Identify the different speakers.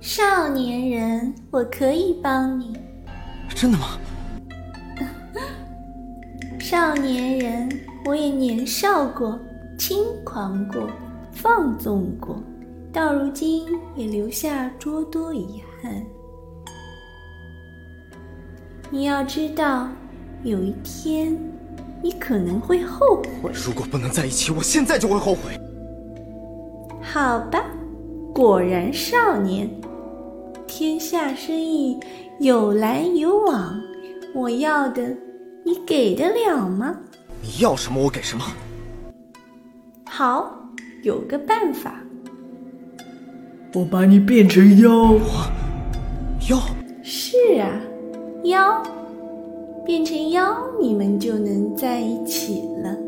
Speaker 1: 少年人，我可以帮你。
Speaker 2: 真的吗？
Speaker 1: 少年人，我也年少过，轻狂过，放纵过，到如今也留下诸多遗憾。你要知道，有一天你可能会后悔。
Speaker 2: 如果不能在一起，我现在就会后悔。
Speaker 1: 好吧，果然少年，天下生意有来有往，我要的你给得了吗？
Speaker 2: 你要什么我给什么。
Speaker 1: 好，有个办法，
Speaker 3: 我把你变成妖，
Speaker 2: 要
Speaker 1: 是啊，妖变成妖，你们就能在一起了。